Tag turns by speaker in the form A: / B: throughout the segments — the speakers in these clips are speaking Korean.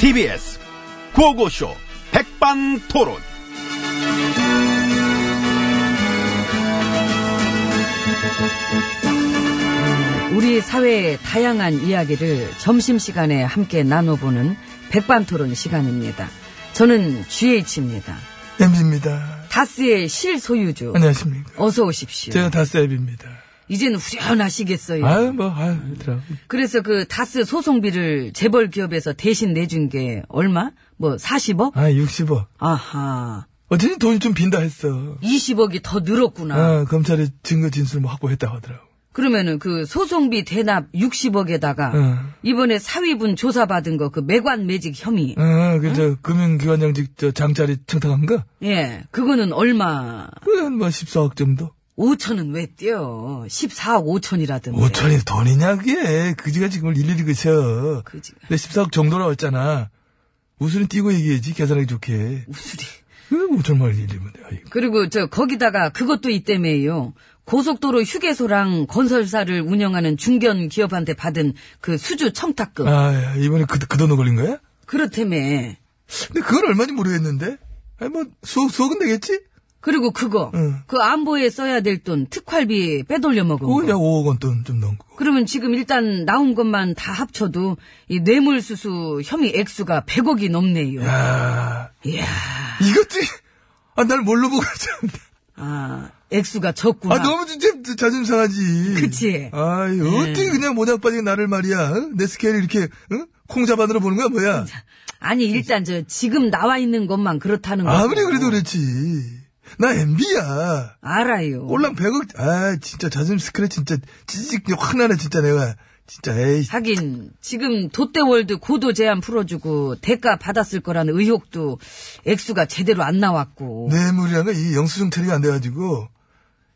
A: TBS 고고쇼 백반토론.
B: 우리 사회의 다양한 이야기를 점심시간에 함께 나눠보는 백반토론 시간입니다. 저는 GH입니다.
C: 엠비입니다.
B: 다스의 실소유주.
C: 안녕하십니까.
B: 어서 오십시오.
C: 네. 제가 다스 앱입니다.
B: 이제는 후련하시겠어요.
C: 아유, 뭐, 아유, 얘들아.
B: 그래서 그 다스 소송비를 재벌 기업에서 대신 내준 게 얼마? 뭐 40억?
C: 아, 60억.
B: 아하.
C: 어쩐지 돈이 좀 빈다 했어.
B: 20억이 더 늘었구나.
C: 아, 검찰이 증거 진술 뭐 확보했다 하더라고.
B: 그러면은 그 소송비 대납 60억에다가
C: 응.
B: 이번에 사위분 조사받은 거 그 매관 매직 혐의.
C: 아, 그, 저, 금융기관장직, 저, 장자리 청탁한 거?
B: 예. 그거는 얼마?
C: 그, 한 뭐, 14억 정도?
B: 5천은 왜 뛰어? 14억
C: 예.
B: 5천이라던데.
C: 5천이 돈이냐, 그게. 그지가 지금 일일이 그쳐.
B: 그지.
C: 근데 14억 정도라고 했잖아. 우수는 띄고 얘기해야지, 계산하기 좋게.
B: 우수리.
C: 그, 5천만 일일이면 돼. 아이고.
B: 그리고 저 거기다가 그것도 있다며요. 고속도로 휴게소랑 건설사를 운영하는 중견 기업한테 받은 그 수주 청탁금.
C: 아, 이번에 그, 그 돈으로 걸린 거야?
B: 그렇다며.
C: 근데 그건 얼마인지 모르겠는데? 아니, 뭐, 수억, 수억은 되겠지?
B: 그리고 그거.
C: 응.
B: 그 안보에 써야 될 돈 특활비 빼돌려 먹은
C: 어, 네, 그건 약
B: 거.
C: 5억 원 돈 좀 넣은 거고.
B: 그러면 지금 일단 나온 것만 다 합쳐도 이 뇌물수수 혐의 액수가 100억이 넘네요.
C: 야
B: 이야.
C: 이것들이, 아, 날 뭘로 보고 참.
B: 아, 액수가 적구나.
C: 아, 너무 진짜 자존심 상하지.
B: 그치? 네.
C: 아이, 어떻게 그냥 모양 빠지게 나를 말이야. 어? 내 스케일을 이렇게, 응? 콩자반으로 보는 거야, 뭐야?
B: 아니 일단 저 지금 나와 있는 것만 그렇다는 거.
C: 아무리
B: 어.
C: 그래도 그렇지. 나 MB야.
B: 알아요.
C: 꼴랑 100억, 아, 진짜 자존심 스크래 진짜 찌직 확 나네, 진짜 내가. 진짜, 에이.
B: 하긴 지금 롯데월드 고도 제한 풀어주고 대가 받았을 거라는 의혹도 액수가 제대로 안 나왔고
C: 네. 뇌물이란 건 이 영수증 처리가 안 돼가지고,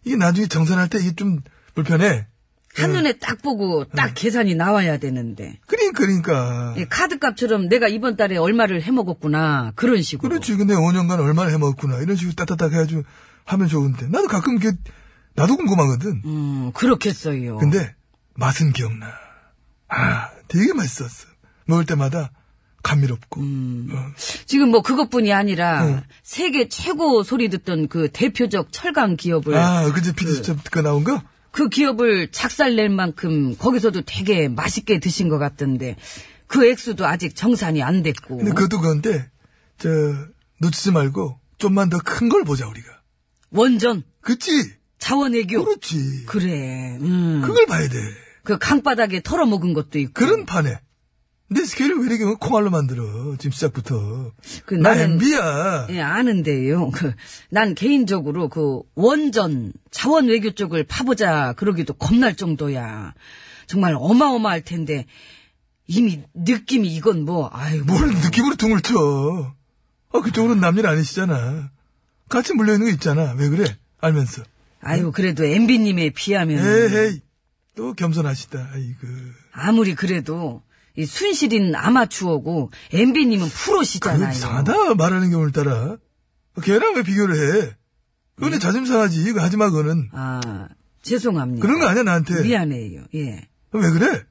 C: 이게 나중에 정산할 때 이게 좀 불편해.
B: 한눈에 딱 보고
C: 네.
B: 딱 계산이 나와야 되는데
C: 그러니까, 그러니까.
B: 이 카드값처럼 내가 이번 달에 얼마를 해먹었구나 그런 식으로
C: 그렇지. 근데 5년간 얼마나 해먹었구나. 이런 식으로 따따따 해가지고 하면 좋은데. 나도 가끔 이게, 나도 궁금하거든.
B: 음 그렇겠어요
C: 근데, 맛은 기억나. 아, 되게 맛있었어. 먹을 때마다 감미롭고.
B: 음.
C: 어.
B: 지금 뭐 그것뿐이 아니라
C: 응.
B: 세계 최고 소리 듣던 그 대표적 철강 기업을
C: 아, 그제
B: 네.
C: 피디수첩 그 나온 거?
B: 그 기업을 작살낼 만큼 거기서도 되게 맛있게 드신 것 같던데 그 액수도 아직 정산이 안 됐고
C: 근데 그것도 그건데, 저, 놓치지 말고, 좀만 더 큰 걸 보자, 우리가.
B: 원전
C: 그치?
B: 자원외교
C: 그렇지.
B: 그래 음.
C: 그걸 봐야 돼.
B: 그 강바닥에 털어먹은 것도 있고
C: 그런 판에. 내 스케일을 왜 이렇게 뭐 콩알로 만들어. 지금 시작부터.
B: 그
C: 나
B: 나는-
C: MB야.
B: 예, 아는데요. 그, 난 개인적으로 그 원전 자원 외교 쪽을 파보자 그러기도 겁날 정도야. 정말 어마어마할 텐데 이미 느낌이 이건 뭐 아유 뭐
C: 뭘 느낌으로 등을 쳐. 아, 그쪽으로는 남일 아니시잖아. 같이 물려있는 거 있잖아. 왜 그래? 알면서.
B: 아유 그래도 MB 님에 비하면
C: 에헤이. 또 겸손하시다. 아이고.
B: 아무리 그래도 이 순실인 아마추어고 MB 님은
C: 그거
B: 프로시잖아요.
C: 이상하다. 말하는 게 오늘따라. 아, 걔랑 왜 비교를 해? 그거는 자존심 상하지. 이거 하지 마, 그거는.
B: 아, 죄송합니다.
C: 그런 거 아니야, 나한테.
B: 미안해요. 예.
C: 왜 그래?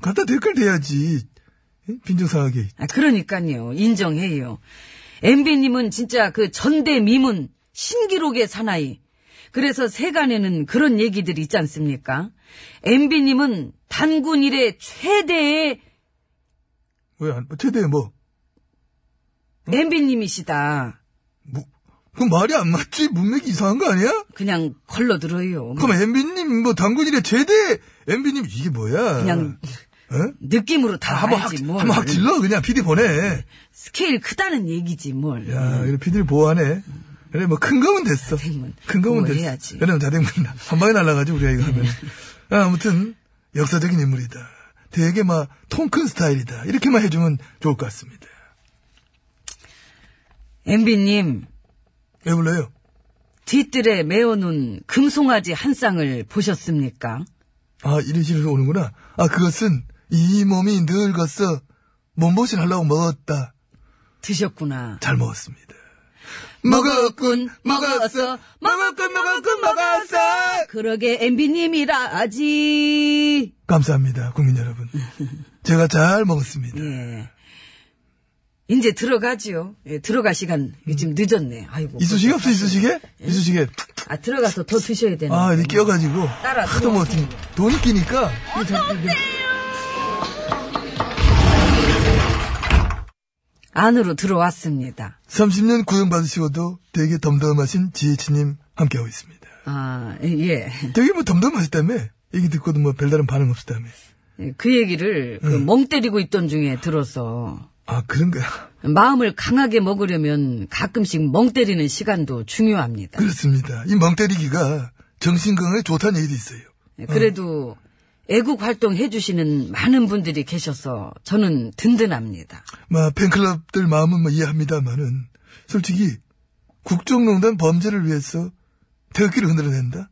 C: 갖다 댓글 대야지. 빈정상하게.
B: 아, 그러니까요. 인정해요. MB님은 진짜 그 전대미문, 신기록의 사나이. 그래서 세간에는 그런 얘기들이 있지 않습니까? MB님은 단군 이래 최대의
C: 왜 안, 최대 뭐.
B: MB님이시다.
C: 뭐, 그 말이 안 맞지? 문맥이 이상한 거 아니야?
B: 그냥 걸러들어요.
C: 그럼 엠비님, 뭐, 당군이래, 제대! 엠비님, 이게 뭐야?
B: 그냥
C: 어?
B: 느낌으로
C: 아,
B: 다
C: 한번 확,
B: 알지 뭘. 네.
C: 한번 확 질러, 그냥, 피디 보내. 야,
B: 스케일 크다는 얘기지 뭘.
C: 이런 피디를 보호하네. 그래, 뭐, 큰 거면 됐어.
B: 다행문.
C: 큰 거면 됐어.
B: 보호해야지. 네.
C: 그러면 자댕문, 한 방에 날아가지, 우리가 이거 하면. 아, 아무튼, 역사적인 인물이다. 되게 막, 통 큰 스타일이다. 이렇게만 해주면 좋을 것 같습니다.
B: MB님,
C: 왜 불러요?
B: 뒷뜰에 메어놓은 금송아지 한 쌍을 보셨습니까?
C: 아, 이런 식으로 오는구나. 아, 그것은, 이 몸이 늙었어. 몸보신 하려고 먹었다.
B: 드셨구나.
C: 잘 먹었습니다.
B: 먹었군, 먹었어. 먹었군, 먹었군, 먹었어. 그러게 엠비님이라지.
C: 감사합니다, 국민 여러분. 제가 잘 먹었습니다.
B: 예. 이제 들어가지요. 예, 들어갈 시간 요즘 늦었네. 아이고.
C: 이쑤시개 없어,
B: 예.
C: 이쑤시개? 이쑤시개.
B: 아 들어가서 더 드셔야 되는.
C: 아, 이렇게 끼어가지고.
B: 음. 따라
C: 하도 뭐, 어떻게 돈이 끼니까.
B: 아,
C: 이게 참- 이게-
B: 안으로 들어왔습니다.
C: 30년 구형받으시고도 되게 덤덤하신 지혜치님 함께하고 있습니다.
B: 아 예.
C: 되게 뭐 덤덤하시다며? 얘기 듣고도 뭐 별다른 반응 없었다며?
B: 예, 그 얘기를 그 멍 때리고 있던 중에 들어서
C: 아, 그런가.
B: 마음을 강하게 먹으려면 가끔씩 멍 때리는 시간도 중요합니다.
C: 그렇습니다. 이 멍 때리기가 정신 건강에 좋다는 얘기도 있어요.
B: 예, 그래도 애국 활동 해주시는 많은 분들이 계셔서 저는 든든합니다.
C: 막 뭐, 팬클럽들 마음은 뭐 이해합니다만은 솔직히 국정농단 범죄를 위해서 태극기를 흔들어낸다?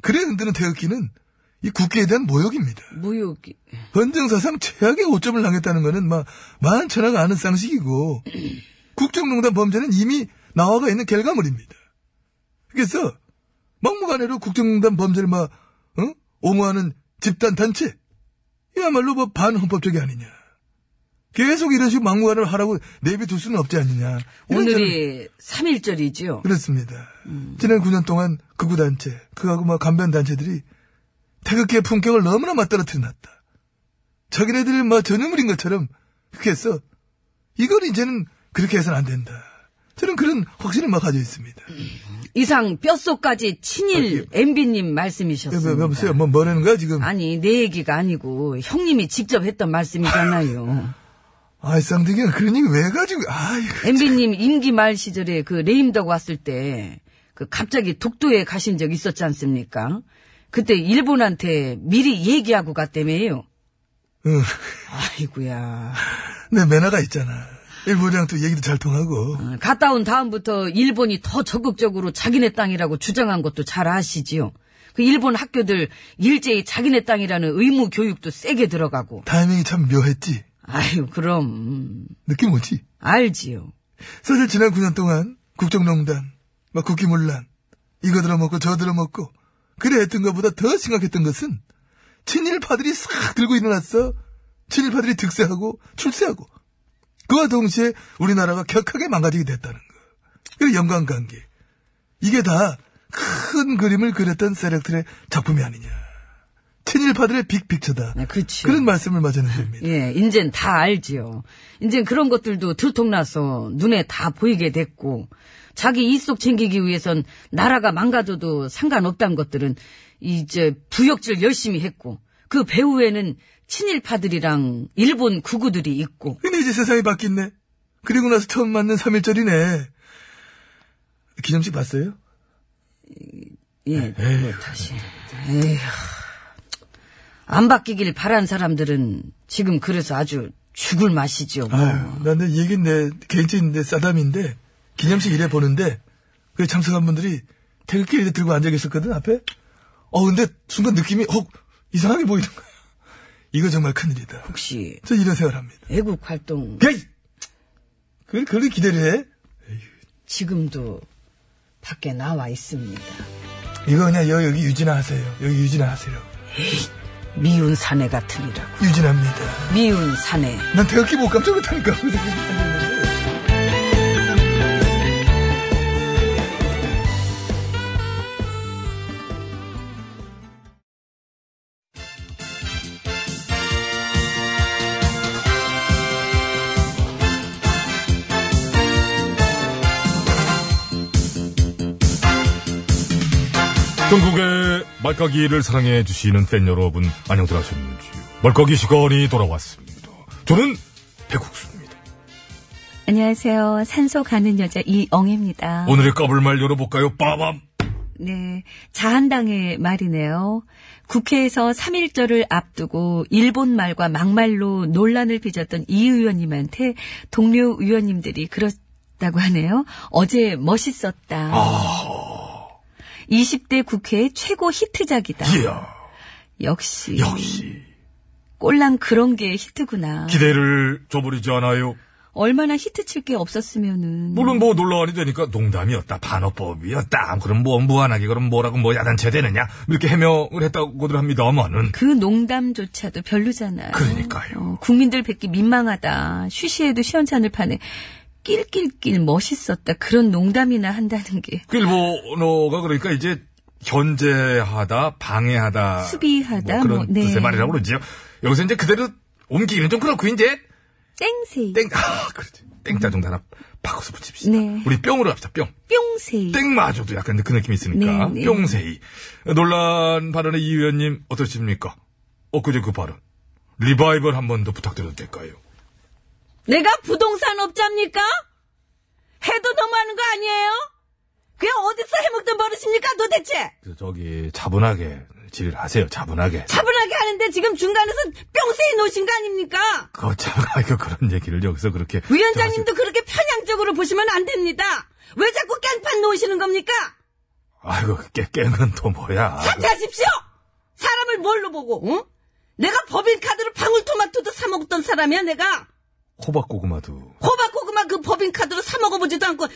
C: 그래 흔드는 태극기는 이 국기에 대한 모욕입니다.
B: 무욕이
C: 헌정사상 최악의 오점을 당했다는 거는 막 만천하가 아는 상식이고 국정농단 범죄는 이미 나와가 있는 결과물입니다. 그래서 막무가내로 국정농단 범죄를 막 어? 옹호하는 집단 단체 이야말로 뭐 반헌법적이 아니냐. 계속 이런 식으로 막무가내로 하라고 내비둘 수는 없지 않느냐. 이런 저는-
B: 오늘이 3일절이지요.
C: 그렇습니다. 지난 9년 동안 극우 단체, 그하고 막 간변 단체들이 태극기의 품격을 너무나 맞떨어뜨려 놨다. 자기네들이 막 전유물인 것처럼 그렇게 해서 이건 이제는 그렇게 해서는 안 된다. 저는 그런 확신을 막 가지고 있습니다.
B: 이상 뼛속까지 친일 MB님 말씀이셨습니다.
C: 여보, 여보세요. 뭐, 뭐라는 거야, 지금?
B: 아니 내 얘기가 아니고 형님이 직접 했던 말씀이잖아요.
C: 아이, 쌍둥이야. 그런 얘기 왜 가지고, 아이고. 그,
B: MB님 임기 말 시절에 그 레임덕 왔을 때 그 갑자기 독도에 가신 적 있었지 않습니까? 그때 일본한테 미리 얘기하고 갔다며요.
C: 응.
B: 아이고야.
C: 내 매너가 있잖아. 일본이랑 또 얘기도 잘 통하고.
B: 어, 갔다 온 다음부터 일본이 더 적극적으로 자기네 땅이라고 주장한 것도 잘 아시지요. 그 일본 학교들 일제히 자기네 땅이라는 의무 교육도 세게 들어가고.
C: 타이밍이 참 묘했지.
B: 아유 그럼 음,
C: 느낌 오지?
B: 알지요.
C: 사실 지난 9년 동안 국정농단, 막 국기문란, 이거 들어먹고 저 들어먹고 그래 했던 것보다 더 심각했던 것은 친일파들이 싹 들고 일어났어. 친일파들이 득세하고 출세하고 그와 동시에 우리나라가 격하게 망가지게 됐다는 거. 그리고 연관관계. 이게 다 큰 그림을 그렸던 세력들의 작품이 아니냐. 친일파들의 빅픽처다.
B: 네, 그렇죠.
C: 그런 말씀을 마저는 드립니다.
B: 예, 이젠 다 알지요. 이젠 그런 것들도 들통나서 눈에 다 보이게 됐고, 자기 이속 챙기기 위해선 나라가 망가져도 상관없다는 것들은 이제 부역질 열심히 했고, 그 배후에는 친일파들이랑 일본 구구들이 있고,
C: 근데 이제 세상이 바뀌었네. 그리고 나서 처음 만난 3일절이네. 기념식 봤어요?
B: 예,
C: 네.
B: 뭐 다시. 에휴. 안 바뀌길 바란 사람들은 지금 그래서 아주 죽을 맛이죠. 뭐.
C: 아유, 나내 얘긴 내 개인적인 내 싸담인데, 기념식 이래 보는데, 그 참석한 분들이 태극기를 이렇게 들고 앉아 계셨거든, 앞에? 어, 근데 순간 느낌이, 어, 이상하게 보이는 거야. 이거 정말 큰일이다.
B: 혹시
C: 저 이런 생각을 합니다.
B: 애국 활동
C: 에이! 그걸, 그걸 기대를 해?
B: 지금도 밖에 나와 있습니다.
C: 이거 그냥 여, 여기 유진아 하세요. 여기 유진아 하세요.
B: 미운 사내 같으니라고.
C: 유진아입니다.
B: 미운 사내.
C: 난 태극기 못 깜짝 못하니까.
D: 전국의 말까기를 사랑해 주시는 팬 여러분 안녕들 하셨는지요. 말까기 시간이 돌아왔습니다. 저는 백국수입니다.
E: 안녕하세요. 산소 가는 여자 이엉입니다.
D: 오늘의 까불말 열어볼까요? 빠밤!
E: 네. 자한당의 말이네요. 국회에서 3.1절을 앞두고 일본 말과 막말로 논란을 빚었던 이 의원님한테 동료 의원님들이 그렇다고 하네요. 어제 멋있었다. 20대 국회의 최고 히트작이다.
D: 이야,
E: 역시,
D: 역시
E: 꼴랑 그런 게 히트구나.
D: 기대를 줘버리지 않아요.
E: 얼마나 히트 칠 게 없었으면은.
D: 물론 뭐 논란이 되니까 농담이었다, 반어법이었다, 그럼 뭐 무한하게 그럼 뭐라고 뭐 야단쳐야 되느냐 이렇게 해명을 했다고들 합니다만은
E: 그 농담조차도 별로잖아요.
D: 그러니까요.
E: 어, 국민들 뵙기 민망하다. 쉬쉬해도 시원찮을 판에 낄낄낄 멋있었다. 그런 농담이나 한다는 게
D: 그 일본어가 그러니까 이제 견제하다, 방해하다,
E: 수비하다,
D: 뭐 그런
E: 뭐, 네.
D: 뜻의 말이라고 그러지요. 여기서 이제 그대로 옮기기는 좀 그렇고 이제
E: 땡세이,
D: 땡, 아, 그렇지. 땡 짜증 하나 바꿔서 붙입시다.
E: 네.
D: 우리 뿅으로 합시다. 뿅.
E: 뿅세이.
D: 땡마저도 약간 그 느낌이 있으니까.
E: 네, 네.
D: 뿅세이. 논란 발언의 이 의원님 어떠십니까? 엊그제 그 발언. 리바이벌 한 번 더 부탁드려도 될까요?
E: 내가 부동산 업자입니까? 해도 너무 하는 거 아니에요? 그게 어디서 해먹던 버릇입니까 도대체?
D: 그래서 저기 차분하게 질의를 하세요. 차분하게.
E: 차분하게 하는데 지금 중간에서 뿅세이 놓으신 거 아닙니까?
D: 그거 차분하게 그런 얘기를 여기서 그렇게.
E: 위원장님도 그렇게 편향적으로 보시면 안 됩니다. 왜 자꾸 깽판 놓으시는 겁니까?
D: 아이고 깨, 깽은 또 뭐야.
E: 사퇴하십시오! 사람을 뭘로 보고, 응? 내가 법인카드로 방울토마토도 사먹었던 사람이야, 내가.
D: 호박고구마도.
E: 호박고구마 그 법인카드로 사먹어보지도 않고,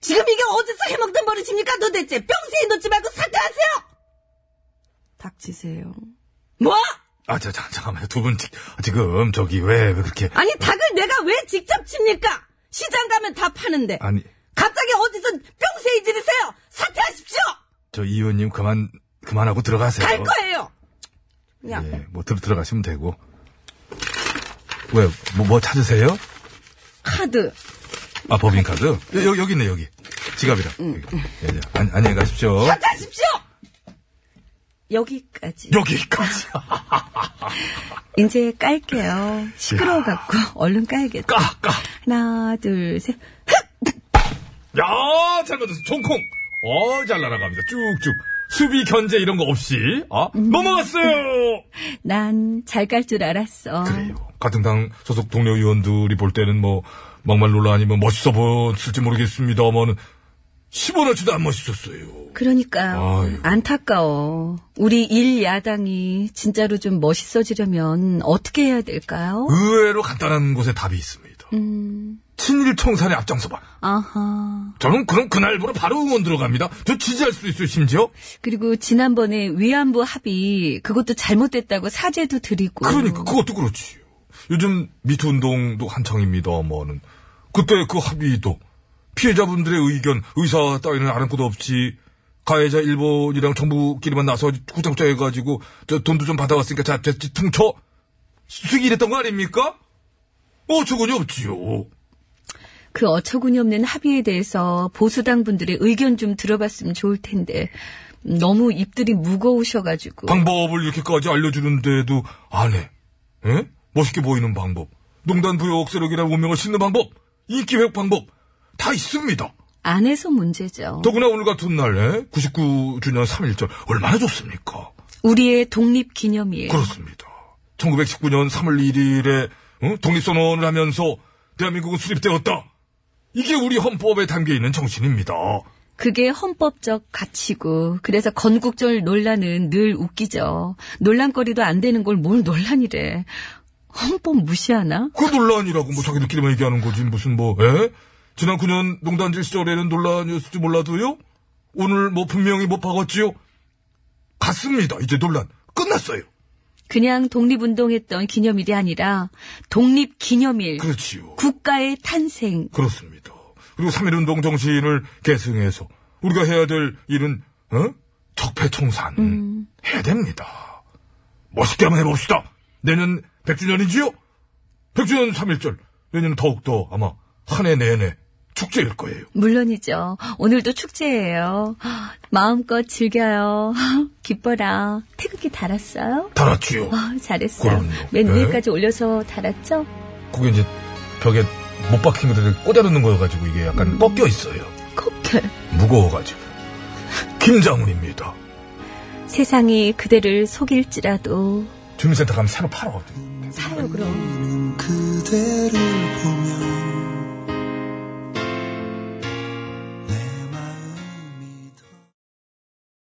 E: 지금 이게 어디서 해먹던 버릇입니까, 도대체? 뿅세이 놓지 말고 사퇴하세요! 닥치세요. 뭐?
D: 아, 자, 자, 잠깐만요. 두 분 지금 저기 왜, 왜 그렇게.
E: 아니, 닭을 내가 왜 직접 칩니까? 시장 가면 다 파는데.
D: 아니,
E: 갑자기 어디서 뿅세이 지르세요! 사퇴하십시오!
D: 저 이 의원님 그만, 그만하고 들어가세요.
E: 갈 거예요! 그냥.
D: 예, 뭐 들, 들어가시면 되고. 왜, 뭐, 뭐 찾으세요?
E: 카드.
D: 아, 법인카드? 여, 여, 여기 있네, 여기. 지갑이랑. 여기. 예, 예. 안, 안녕히 가십시오.
E: 사퇴하십시오! 여기까지.
D: 여기까지.
E: 이제 깔게요. 시끄러워갖고 얼른 까야겠다.
D: 까, 까.
E: 하나, 둘, 셋.
D: 야, 잘 맞았어. 총콩. 어, 잘 날아갑니다. 쭉쭉. 수비 견제 이런 거 없이. 아, 넘어갔어요!
E: 난 잘 깔 줄 알았어.
D: 그래요. 같은 당 소속 동료 의원들이 볼 때는 뭐 막말 논란이 뭐 멋있어 보였을지 모르겠습니다만 10원어치도 안 멋있었어요.
E: 그러니까요.
D: 아이고.
E: 안타까워. 우리 일 야당이 진짜로 좀 멋있어지려면 어떻게 해야 될까요?
D: 의외로 간단한 곳에 답이 있습니다. 친일 청산에 앞장서봐.
E: 아하.
D: 저는 그럼 그날부로 바로 응원 들어갑니다. 저 지지할 수도 있어요, 심지어.
E: 그리고 지난번에 위안부 합의 그것도 잘못됐다고 사죄도 드리고.
D: 그러니까 그것도 그렇지. 요즘 미투 운동도 한창입니다만은 뭐 그때 그 합의도 피해자분들의 의견, 의사 따위는 아랑곳도 없이 가해자 일본이랑 정부끼리만 나서 구장구장 해가지고 저 돈도 좀 받아왔으니까 자, 자, 퉁쳐 수익이 이랬던 거 아닙니까? 어처구니 없지요.
E: 그 어처구니없는 합의에 대해서 보수당 분들의 의견 좀 들어봤으면 좋을 텐데 너무 입들이 무거우셔가지고
D: 방법을 이렇게까지 알려주는데도 안 해. 예? 멋있게 보이는 방법, 농단 부역 세력이라는 운명을 싣는 방법, 인기 회복 방법 다 있습니다.
E: 안 해서 문제죠.
D: 더구나 오늘 같은 날 99주년 3.1절 얼마나 좋습니까?
E: 우리의 독립 기념일.
D: 그렇습니다. 1919년 3월 1일에 어? 독립선언을 하면서 대한민국은 수립되었다. 이게 우리 헌법에 담겨 있는 정신입니다.
E: 그게 헌법적 가치고 그래서 건국절 논란은 늘 웃기죠. 논란거리도 안 되는 걸 뭘 논란이래. 헌법 무시하나?
D: 그 논란이라고 뭐 자기들끼리만 얘기하는 거지 무슨 뭐 에? 지난 9년 농단질 시절에는 논란이었을지 몰라도요. 오늘 뭐 분명히 못 박았지요. 갔습니다. 이제 논란 끝났어요.
E: 그냥 독립운동했던 기념일이 아니라 독립 기념일.
D: 그렇지요.
E: 국가의 탄생.
D: 그렇습니다. 그리고 3.1운동 정신을 계승해서 우리가 해야 될 일은 어? 적폐청산 해야 됩니다. 멋있게 한번 해봅시다. 내년 100주년이지요? 100주년 3.1절. 내년 더욱더 아마 한 해 내내 축제일 거예요.
E: 물론이죠. 오늘도 축제예요. 마음껏 즐겨요. 기뻐라. 태극기 달았어요?
D: 달았지요.
E: 어, 잘했어요.
D: 그럼요.
E: 맨
D: 네.
E: 위에까지 올려서 달았죠?
D: 그게 이제 벽에 못 박힌 것들을 꽂아놓는 거여가지고 이게 약간 꺾여 있어요.
E: 코결.
D: 무거워가지고. 김장훈입니다.
E: 세상이 그대를 속일지라도
D: 주민센터 가면 새로 팔아.
E: 사요 그럼.
F: 그대를 보며